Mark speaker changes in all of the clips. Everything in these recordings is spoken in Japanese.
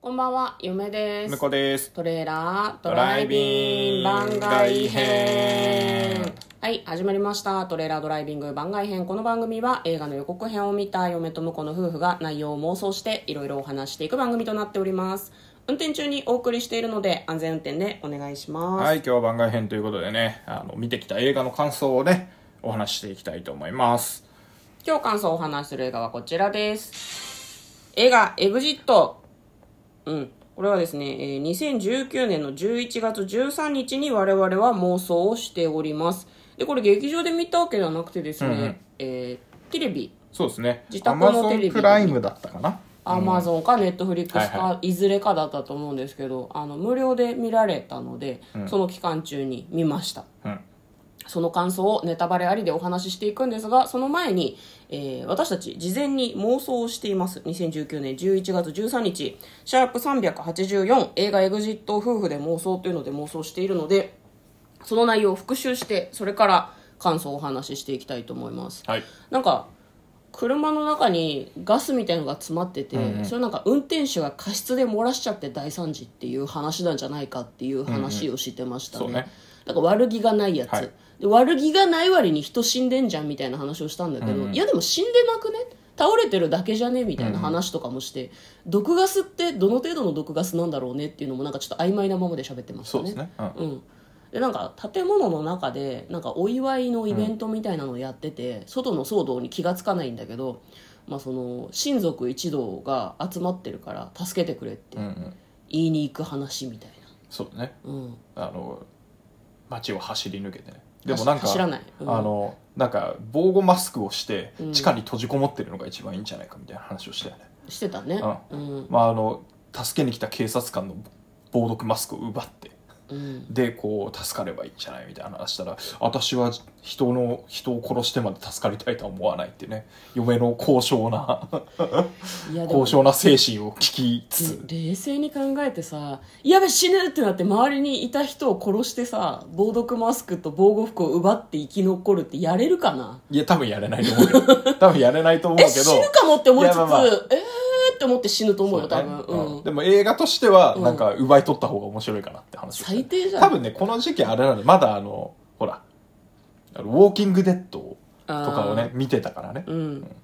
Speaker 1: こんばんは、嫁です。
Speaker 2: 向こうです
Speaker 1: トレーラード
Speaker 2: ド
Speaker 1: ラ
Speaker 2: ラ
Speaker 1: イ
Speaker 2: イ
Speaker 1: ビ
Speaker 2: ビ
Speaker 1: ン
Speaker 2: ング
Speaker 1: 番外編
Speaker 2: 編。
Speaker 1: はい、始まりました。トレーラードライビング番外編。この番組は映画の予告編を見た嫁と婿の夫婦が内容を妄想していろいろお話していく番組となっております。運転中にお送りしているので安全運転でお願いします。
Speaker 2: はい今日は番外編ということでねあの見てきた映画の感想をねお話ししていきたいと思います
Speaker 1: 今日感想をお話しする映画はこちらです。映画、エグジット。うん。これはですね、えー2019年の11月13日に我々は妄想をしております。で、これ劇場で見たわけではなくてですね、えーテレビ、
Speaker 2: そうですね
Speaker 1: 自
Speaker 2: ア
Speaker 1: 宅
Speaker 2: マ
Speaker 1: の
Speaker 2: ゾ
Speaker 1: テレビ
Speaker 2: ンプライムだったかな
Speaker 1: アマゾンかネットフリックスか、
Speaker 2: はい
Speaker 1: ずれかだったと思うんですけど、あの、無料で見られたので、その期間中に見ました。
Speaker 2: うん
Speaker 1: その感想をネタバレありでお話ししていくんですが、その前に、えー私たち事前に妄想をしています。2019年11月13日、シャープ384映画エグジット夫婦で妄想というので妄想しているので、その内容を復習して、それから感想をお話ししていきたいと思います。
Speaker 2: はい
Speaker 1: なんか、車の中にガスみたいのが詰まってて、それなんか運転手が過失で漏らしちゃって大惨事っていう話なんじゃないかっていう話をしてましたね。
Speaker 2: そうね
Speaker 1: だから悪気がないやつ、
Speaker 2: はい
Speaker 1: で悪気がない割に人死んでんじゃんみたいな話をしたんだけど、いやでも死んでなくね倒れてるだけじゃねみたいな話とかもして、毒ガスってどの程度の毒ガスなんだろうねっていうのもなんかちょっと曖昧なままで喋ってました
Speaker 2: そうですね、うん
Speaker 1: うん、でなんか建物の中でなんかお祝いのイベントみたいなのをやってて、外の騒動に気がつかないんだけど、まあ、その親族一同が集まってるから助けてくれって
Speaker 2: うんうん、
Speaker 1: 言いに行く話みたい
Speaker 2: そうだね
Speaker 1: な、うん、
Speaker 2: あの街を走り抜けてねでもなんか
Speaker 1: 走らないうん
Speaker 2: あのなんか防護マスクをして地下に閉じこもってるのが一番いいんじゃないかみたいな話をしたよね、
Speaker 1: してたね
Speaker 2: う
Speaker 1: うん
Speaker 2: まああの助けに来た警察官の防毒マスクを奪って
Speaker 1: うん
Speaker 2: でこう助かればいいんじゃないみたいな話したら私は人の人を殺してまで助かりたいとは思わないってね嫁の高尚な
Speaker 1: いやでも
Speaker 2: 高尚な精神を聞きつつ
Speaker 1: 冷静に考えてさやべ死ぬってなって周りにいた人を殺してさ防毒マスクと防護服を奪って生き残るってやれるかない
Speaker 2: や多分やれないと思う よ多分やれないと思うけ
Speaker 1: え
Speaker 2: ど
Speaker 1: 死ぬかもって思いつつ
Speaker 2: いやまあまあ
Speaker 1: えーって思って死ぬと思うよ多分、
Speaker 2: そうね
Speaker 1: うん
Speaker 2: うんでも映画としては
Speaker 1: うん
Speaker 2: なんか奪い取った方が面白いかなって話をした
Speaker 1: 最低じゃん
Speaker 2: 多分ねこの時期あれなのまだあのほらあのウォーキングデッドとかをね見てたからね
Speaker 1: うん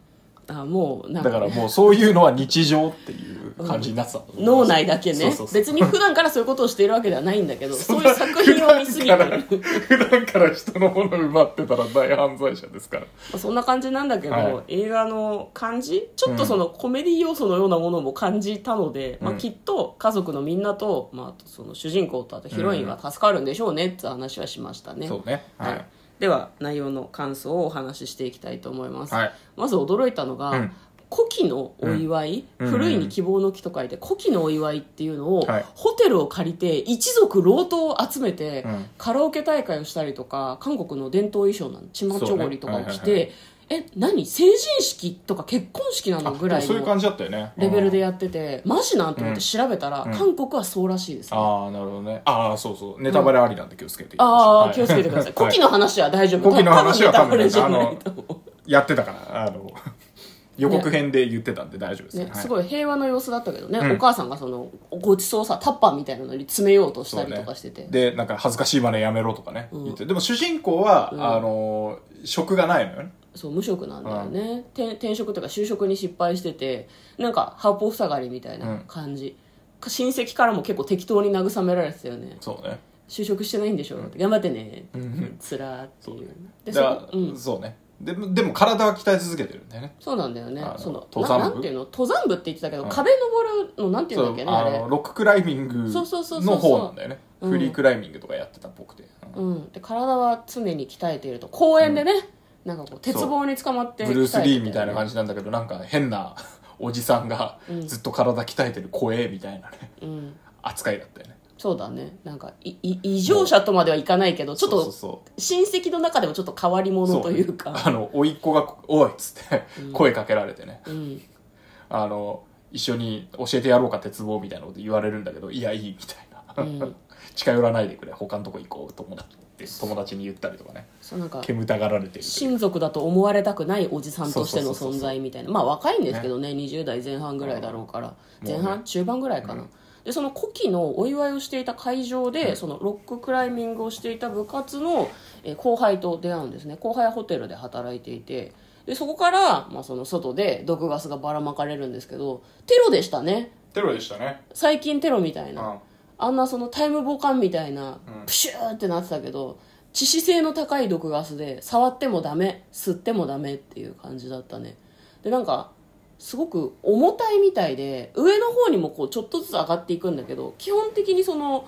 Speaker 1: あもうなん
Speaker 2: だ
Speaker 1: か
Speaker 2: からもうそういうのは日常っていう感じになってたと思う
Speaker 1: 脳内だけね
Speaker 2: そうそうそう
Speaker 1: 別に普段からそういうことをしているわけではないんだけ どそういう作品を見すぎて
Speaker 2: 普
Speaker 1: る
Speaker 2: 段から普段から人のもの奪ってたら大犯罪者ですから
Speaker 1: まあそんな感じなんだけど、
Speaker 2: は
Speaker 1: 映画の感じちょっとそのコメディ要素のようなものも感じたので、まあ、
Speaker 2: うん
Speaker 1: きっと家族のみんなと、まああと、その主人公とあとヒロインは助かるんでしょうねって話はしましたね、
Speaker 2: そうねは
Speaker 1: はい
Speaker 2: い、
Speaker 1: では内容の感想をお話ししていきたいと思います、
Speaker 2: はい
Speaker 1: まず驚いたのが、
Speaker 2: うん
Speaker 1: 古希のお祝い、
Speaker 2: うん
Speaker 1: 古いに希望の木と書いて古希のお祝いっていうのを、
Speaker 2: はい
Speaker 1: ホテルを借りて一族老頭を集めて、
Speaker 2: うん
Speaker 1: カラオケ大会をしたりとか韓国の伝統衣装なのチマチョゴリとかを着
Speaker 2: そうねはいはい
Speaker 1: て、え何成人式とか結婚式な
Speaker 2: あ
Speaker 1: のぐらい
Speaker 2: そういう感
Speaker 1: の
Speaker 2: じだったよね
Speaker 1: レベルで
Speaker 2: うん
Speaker 1: やってて、マジなんと思って調べたら、
Speaker 2: うん
Speaker 1: 韓国はそうらしいですね、
Speaker 2: ああなるほどねああそうそうネタバレありなんで気をつけていきましょう
Speaker 1: あ
Speaker 2: は
Speaker 1: あ、気をつけてください。
Speaker 2: は
Speaker 1: 古希の話は大丈夫。
Speaker 2: 古希の話は
Speaker 1: 多
Speaker 2: 多
Speaker 1: 分
Speaker 2: 分
Speaker 1: ネ
Speaker 2: ね
Speaker 1: タバレじゃないと思う。
Speaker 2: やってたからあの 予告編で言ってたんで大丈夫です
Speaker 1: ね、す
Speaker 2: い
Speaker 1: ごい平和の様子だったけどね、
Speaker 2: うん
Speaker 1: お母さんがそのごちそうをさタッパーみたいなのに詰めようとしたりとかしてて、
Speaker 2: そうね、でなんか恥ずかしいまねやめろとかね、
Speaker 1: うん
Speaker 2: 言ってでも主人公は、
Speaker 1: うん
Speaker 2: あの職がないのよね
Speaker 1: そう無職なんだよね、転転職というか就職に失敗しててなんか八方塞がりみたいな感じ、親戚からも結構適当に慰められてたよね
Speaker 2: そうね
Speaker 1: 就職してないんでしょ、頑張ってね、
Speaker 2: ん
Speaker 1: つらーっていうでそ
Speaker 2: だから
Speaker 1: こうん
Speaker 2: そうねでもでも体は鍛え続けてるんだよね
Speaker 1: そうなんだよね
Speaker 2: あの
Speaker 1: その
Speaker 2: 登山
Speaker 1: な
Speaker 2: 部
Speaker 1: なんていうの登山部って言ってたけど、
Speaker 2: うん
Speaker 1: 壁登るのなんていうんだっけね
Speaker 2: そう
Speaker 1: あ
Speaker 2: あ
Speaker 1: れ
Speaker 2: のロッククライミング
Speaker 1: そうそうそうそうそう
Speaker 2: の方なんだよね
Speaker 1: うん
Speaker 2: フリークライミングとかやってたっぽくて、うん
Speaker 1: うん、で体は常に鍛えていると公園でね、なんかこう鉄棒に捕まって鍛えてたよね、
Speaker 2: ブルース・リーみたいな感じなんだけどなんか変なおじさんが
Speaker 1: うん
Speaker 2: ずっと体鍛えてる怖えみたいなね
Speaker 1: うん、
Speaker 2: 扱いだったよね
Speaker 1: そうだねなんかいい異常者とまではいかないけどちょっ
Speaker 2: そう
Speaker 1: と
Speaker 2: そう
Speaker 1: 親戚の中でもちょっと変わり
Speaker 2: そ
Speaker 1: 者
Speaker 2: う
Speaker 1: というか
Speaker 2: あの甥っ子が「おい」っつって声かけられてね、
Speaker 1: うん、
Speaker 2: あの一緒に教えてやろうか鉄棒みたいなこと言われるんだけど「いやいい」みたいな、
Speaker 1: うん
Speaker 2: 近寄らないでくれ他のとこ行こう友達って友達に言ったりとかね
Speaker 1: そうなんか
Speaker 2: 煙たがられてる
Speaker 1: 親族だと思われたくないおじさんとしての
Speaker 2: そうそうそう
Speaker 1: 存
Speaker 2: そう
Speaker 1: 在みたいなまあ若いんですけどね20代前半ぐらいだろうから
Speaker 2: うん
Speaker 1: 前
Speaker 2: もう
Speaker 1: 半
Speaker 2: ね
Speaker 1: 中盤ぐらいかな、でその古希のお祝いをしていた会場で、そのロッククライミングをしていた部活のえー後輩と出会うんですね後輩はホテルで働いていてでそこから、まあ、その外で毒ガスがばらまかれるんですけどテロでしたね
Speaker 2: テロでしたね
Speaker 1: 最近テロみたいうな、あんなそのタイムボカンみたいな
Speaker 2: うん
Speaker 1: プシューってなってたけど致死性の高い毒ガスで触ってもダメ吸ってもダメっていう感じだったねでなんかすごく重たいみたいで上の方にもこうちょっとずつ上がっていくんだけど基本的にその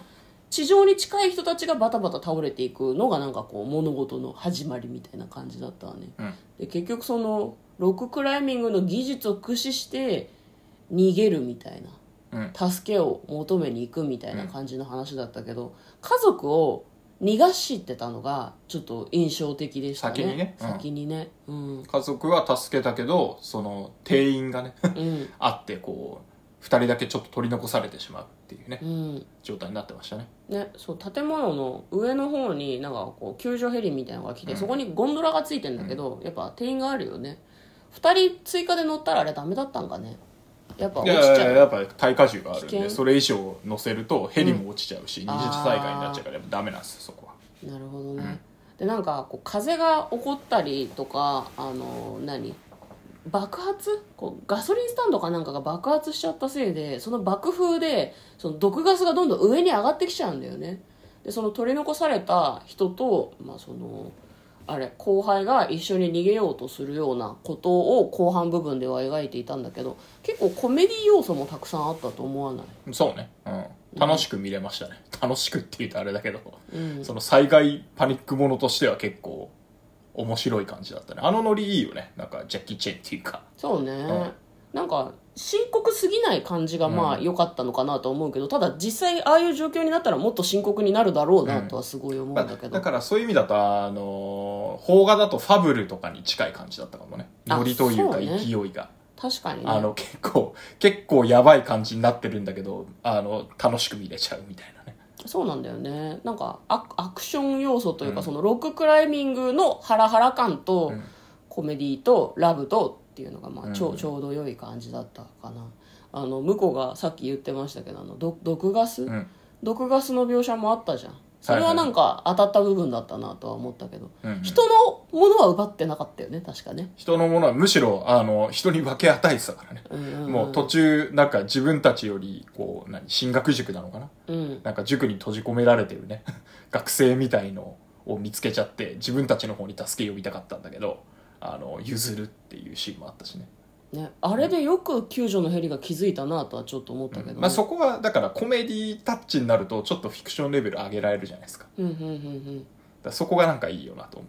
Speaker 1: 地上に近い人たちがバタバタ倒れていくのがなんかこう物事の始まりみたいな感じだったわね
Speaker 2: うん
Speaker 1: で結局そのロッククライミングの技術を駆使して逃げるみたいな
Speaker 2: うん
Speaker 1: 助けを求めに行くみたいな感じの話だったけど、家族を逃がしてたのがちょっと印象的でしたね
Speaker 2: 先にねうん
Speaker 1: 先にねうん、
Speaker 2: 家族は助けたけどその店員がね
Speaker 1: うん
Speaker 2: あってこう2人だけちょっと取り残されてしまうっていうね
Speaker 1: うん
Speaker 2: 状態になってましたね
Speaker 1: ね、そう建物の上の方になんかこう救助ヘリみたいなのが来て、そこにゴンドラがついてんだけど、やっぱ定員があるよね2人追加で乗ったらあれダメだったんかねやっぱ
Speaker 2: い
Speaker 1: 落ち
Speaker 2: や
Speaker 1: ちゃう
Speaker 2: いややっぱり耐荷重がある
Speaker 1: 危
Speaker 2: ん
Speaker 1: 険
Speaker 2: でそれ以上乗せるとヘリも落ちちゃうし、二次災害になっちゃうからやっぱダメなんですよそこは
Speaker 1: なるほどね、
Speaker 2: うん
Speaker 1: でなんかこう風が起こったりとかあの何爆発こうガソリンスタンドかなんかが爆発しちゃったせいでその爆風でその毒ガスがどんどん上に上がってきちゃうんだよねでその取り残された人と、まあ、そのあれ後輩が一緒に逃げようとするようなことを後半部分では描いていたんだけど結構コメディ要素もたくさんあったと思わない、
Speaker 2: そうね、うん、楽しく見れましたね、楽しくって言うとあれだけど、
Speaker 1: うん、
Speaker 2: その災害パニックものとしては結構面白い感じだったねあのノリいいよねなんかジャッキー・チェンっていうか
Speaker 1: そうね、
Speaker 2: ん
Speaker 1: なんか深刻すぎない感じがまあ
Speaker 2: う
Speaker 1: 良かったのかなと思うけど、ただ実際ああいう状況になったらもっと深刻になるだろうなとはすごい思うんだ
Speaker 2: だ
Speaker 1: けど、
Speaker 2: だからそういう意味だとあの邦画だとファブルとかに近い感じだったかもね
Speaker 1: あ
Speaker 2: ノリという
Speaker 1: そ
Speaker 2: か
Speaker 1: うね
Speaker 2: 勢いが
Speaker 1: 確かにね
Speaker 2: あの結構結構やばい感じになってるんだけどあの楽しく見れちゃうみたいなね
Speaker 1: そうなんだよねなんかアアクション要素というか、
Speaker 2: うん
Speaker 1: そのロッククライミングのハラハラ感と、
Speaker 2: うん
Speaker 1: コメディとラブとっていうのがまあちょ,、
Speaker 2: うん
Speaker 1: ちょうど良い感じだったかなあの向こうがさっき言ってましたけどあのど毒ガス、
Speaker 2: うん
Speaker 1: 毒ガスの描写もあったじゃんそれはなんか当たった部分だったなとは思ったけど、
Speaker 2: うんうん
Speaker 1: 人のものは奪ってなかったよね確かね、
Speaker 2: 人のものはむしろあの人に分け与えてたからね、
Speaker 1: うんうんうん
Speaker 2: もう途中なんか自分たちよりこう何進学塾なのかな
Speaker 1: うん
Speaker 2: なんか塾に閉じ込められてるね 学生みたいのを見つけちゃって自分たちの方に助け呼びたかったんだけどあの譲るっていうシーンもあったしね、
Speaker 1: ね、あれでよく救助のヘリが気づいたなとはちょっと思ったけどね、
Speaker 2: まあ、そこはだからコメディタッチになるとちょっとフィクションレベル上げられるじゃないですかだか
Speaker 1: うんうん
Speaker 2: らそこがなんかいいよなと思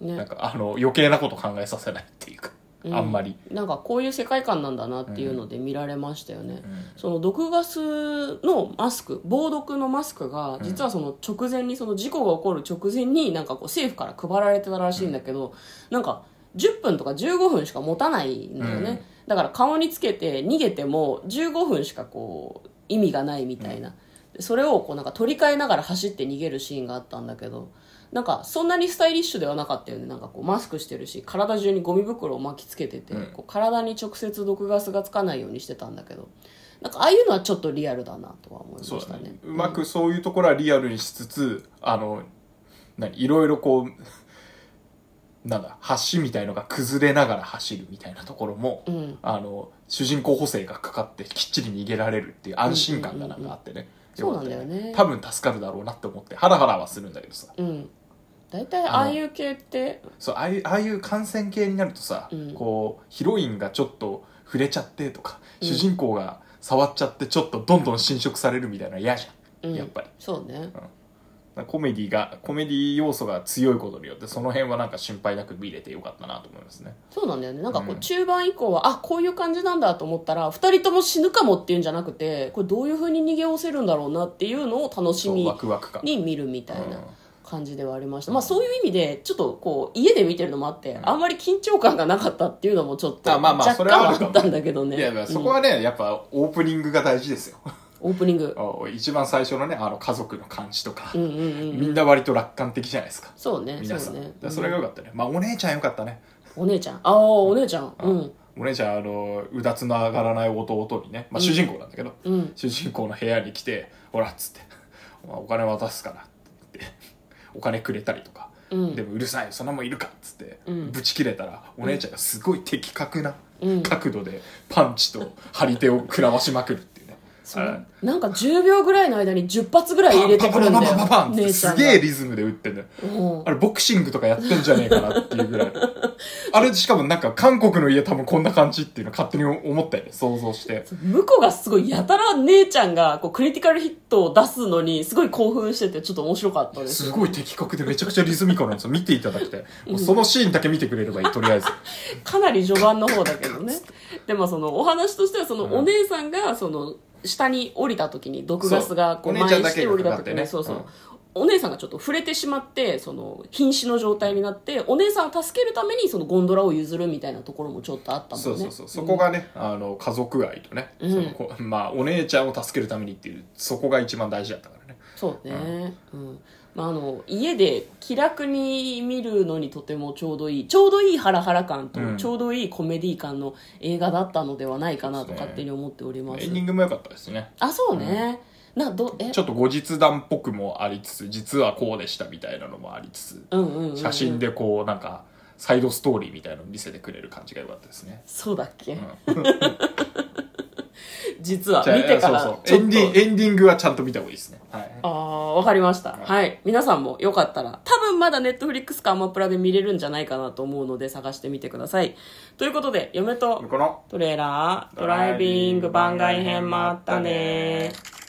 Speaker 1: うんうん
Speaker 2: うなん
Speaker 1: ね
Speaker 2: かあの余計なこと考えさせないっていうか、
Speaker 1: う
Speaker 2: あんまり、
Speaker 1: なんかこういう世界観なんだなっていうので見られましたよね、
Speaker 2: うん
Speaker 1: その毒ガスのマスク防毒のマスクが実はその直前にその事故が起こる直前になんかこう政府から配られてたらしいんだけど、なんか10分とか15分しか持たないんだよね、
Speaker 2: うん
Speaker 1: だから顔につけて逃げても15分しかこう意味がないみたいな、それをこうなんか取り替えながら走って逃げるシーンがあったんだけどなんかそんなにスタイリッシュではなかったよねなんかこうマスクしてるし体中にゴミ袋を巻きつけてて、
Speaker 2: うん
Speaker 1: こう体に直接毒ガスがつかないようにしてたんだけどなんかああいうのはちょっとリアルだなとは思いま
Speaker 2: そう
Speaker 1: し
Speaker 2: だ
Speaker 1: た
Speaker 2: ね
Speaker 1: ね。
Speaker 2: うまくそういうところはリアルにしつつあの何いろいろこうなんだ橋みたいのが崩れながら走るみたいなところも、
Speaker 1: うん
Speaker 2: あの主人公補正がかかってきっちり逃げられるっていう安心感がなんかあってね、
Speaker 1: うんうんうんうん
Speaker 2: よかった
Speaker 1: そうなんだよね
Speaker 2: 多分助かるだろうなって思ってハラハラはするんだけどさ
Speaker 1: うん大体ああいう系って
Speaker 2: そうああいうああいう感染系になるとさ、
Speaker 1: うん
Speaker 2: こうヒロインがちょっと触れちゃってとか、
Speaker 1: うん
Speaker 2: 主人公が触っちゃってちょっとどんどん侵食されるみたいなの嫌じゃん、
Speaker 1: うん
Speaker 2: やっぱり。
Speaker 1: そうね
Speaker 2: なんかコメディがコメディ要素が強いことによってその辺はなんか心配なく見れてよかったなと思いますね
Speaker 1: そうなんだよねなんかこ
Speaker 2: う
Speaker 1: うん中盤以降は、あこういう感じなんだと思ったら2人とも死ぬかもっていうんじゃなくてこれどういうふうに逃げ押せるんだろうなっていうのを楽し
Speaker 2: そう
Speaker 1: み
Speaker 2: ワクワク感
Speaker 1: に見るみたいな
Speaker 2: うん
Speaker 1: 感じではありました、まあそういう意味でちょっとこう家で見てるのもあって、あんまり緊張感がなかったっていうのもちょっと
Speaker 2: あまあまあ
Speaker 1: 若
Speaker 2: そ
Speaker 1: 干
Speaker 2: れはある
Speaker 1: あ
Speaker 2: かも
Speaker 1: ったんだけどね
Speaker 2: いやいやそこはね、やっぱオープニングが大事ですよ
Speaker 1: オープニング
Speaker 2: あ一番最初のねあの家族の感じとか、
Speaker 1: うんうんうん
Speaker 2: みんな割と楽観的じゃないですか
Speaker 1: そうね
Speaker 2: 皆
Speaker 1: そ
Speaker 2: さ
Speaker 1: うんね
Speaker 2: だからそれが良かったね、まあお姉ちゃん良かったね
Speaker 1: お姉ちゃんああお姉ちゃんうん
Speaker 2: お姉ちゃんあのうだつの上がらない弟にね、まあ、主人公なんだけど、
Speaker 1: うん
Speaker 2: 主人公の部屋に来て「ほら」っつって「お前お金渡すから」って言ってお金くれたりとか、
Speaker 1: うん
Speaker 2: でも「うるさいよそんなもんいるか」っつって、
Speaker 1: うん
Speaker 2: ぶち切れたらお姉ちゃんがすごい的確な
Speaker 1: うん
Speaker 2: 角度でパンチと張り手を食らわしまくるっていうね。
Speaker 1: そ
Speaker 2: あ
Speaker 1: うなんか10秒ぐらいの間に10発ぐらい入れてくるんだ
Speaker 2: パンパンパンパンパ
Speaker 1: よ
Speaker 2: ンパンって
Speaker 1: 姉ちゃ
Speaker 2: す
Speaker 1: ん
Speaker 2: げえ
Speaker 1: が
Speaker 2: リズムで打ってんだよ
Speaker 1: うん
Speaker 2: あれボクシングとかやってんじゃねえかなっていうぐらいあれしかもなんか韓国の家多分こんな感じっていうの勝手に思ったよね想像して
Speaker 1: 向こうがすごいやたら姉ちゃんがこうクリティカルヒットを出すのにすごい興奮しててちょっと面白かったです
Speaker 2: すごい的確でめちゃくちゃリズミカルなんですよ見ていただきたいもうそのシーンだけ見てくれればいいとりあえず
Speaker 1: かなり序盤の方だけどねでもそのお話としてはその
Speaker 2: うん
Speaker 1: お姉さんがその下に降りた時に毒ガスがこう
Speaker 2: そうお姉
Speaker 1: 蔓
Speaker 2: ちゃん
Speaker 1: 延
Speaker 2: だ
Speaker 1: し
Speaker 2: け
Speaker 1: て
Speaker 2: が
Speaker 1: 降りた
Speaker 2: かかっ
Speaker 1: 時
Speaker 2: てね
Speaker 1: にそうそう、
Speaker 2: うん
Speaker 1: お姉さんがちょっと触れてしまってその瀕死の状態になってお姉さんを助けるためにそのゴンドラを譲るみたいなところもちょっとあったもんね
Speaker 2: そうそうそうそこがね、あの家族愛とね、
Speaker 1: うん
Speaker 2: そのこまあお姉ちゃんを助けるためにっていうそこが一番大事だったからね
Speaker 1: そうね、うんまあ、あの家で気楽に見るのにとてもちょうどいいちょうどいいハラハラ感と、
Speaker 2: うん
Speaker 1: ちょうどいいコメディ感の映画だったのではないかなと
Speaker 2: そうですね
Speaker 1: 勝手に思っております
Speaker 2: エンディングも良かったですね
Speaker 1: あそうね、などえ
Speaker 2: ちょっと後日談っぽくもありつつ実はこうでしたみたいなのもありつつ
Speaker 1: うんうんうんうん
Speaker 2: 写真でこうなんかサイドストーリーみたいなの見せてくれる感じが良かったですね、
Speaker 1: そうだっけ、
Speaker 2: うん
Speaker 1: 実は
Speaker 2: じゃあ
Speaker 1: 見てから
Speaker 2: そう
Speaker 1: ち
Speaker 2: そう
Speaker 1: ょ
Speaker 2: エ
Speaker 1: っ
Speaker 2: ン
Speaker 1: と
Speaker 2: ディンエンディングはちゃんと見た方がいいですね、はい、
Speaker 1: ああわかりましたはい皆さんもよかったら多分まだネットフリックスかアマプラで見れるんじゃないかなと思うので探してみてくださいということで嫁と
Speaker 2: この
Speaker 1: トレーラードライビング番外編もあったねー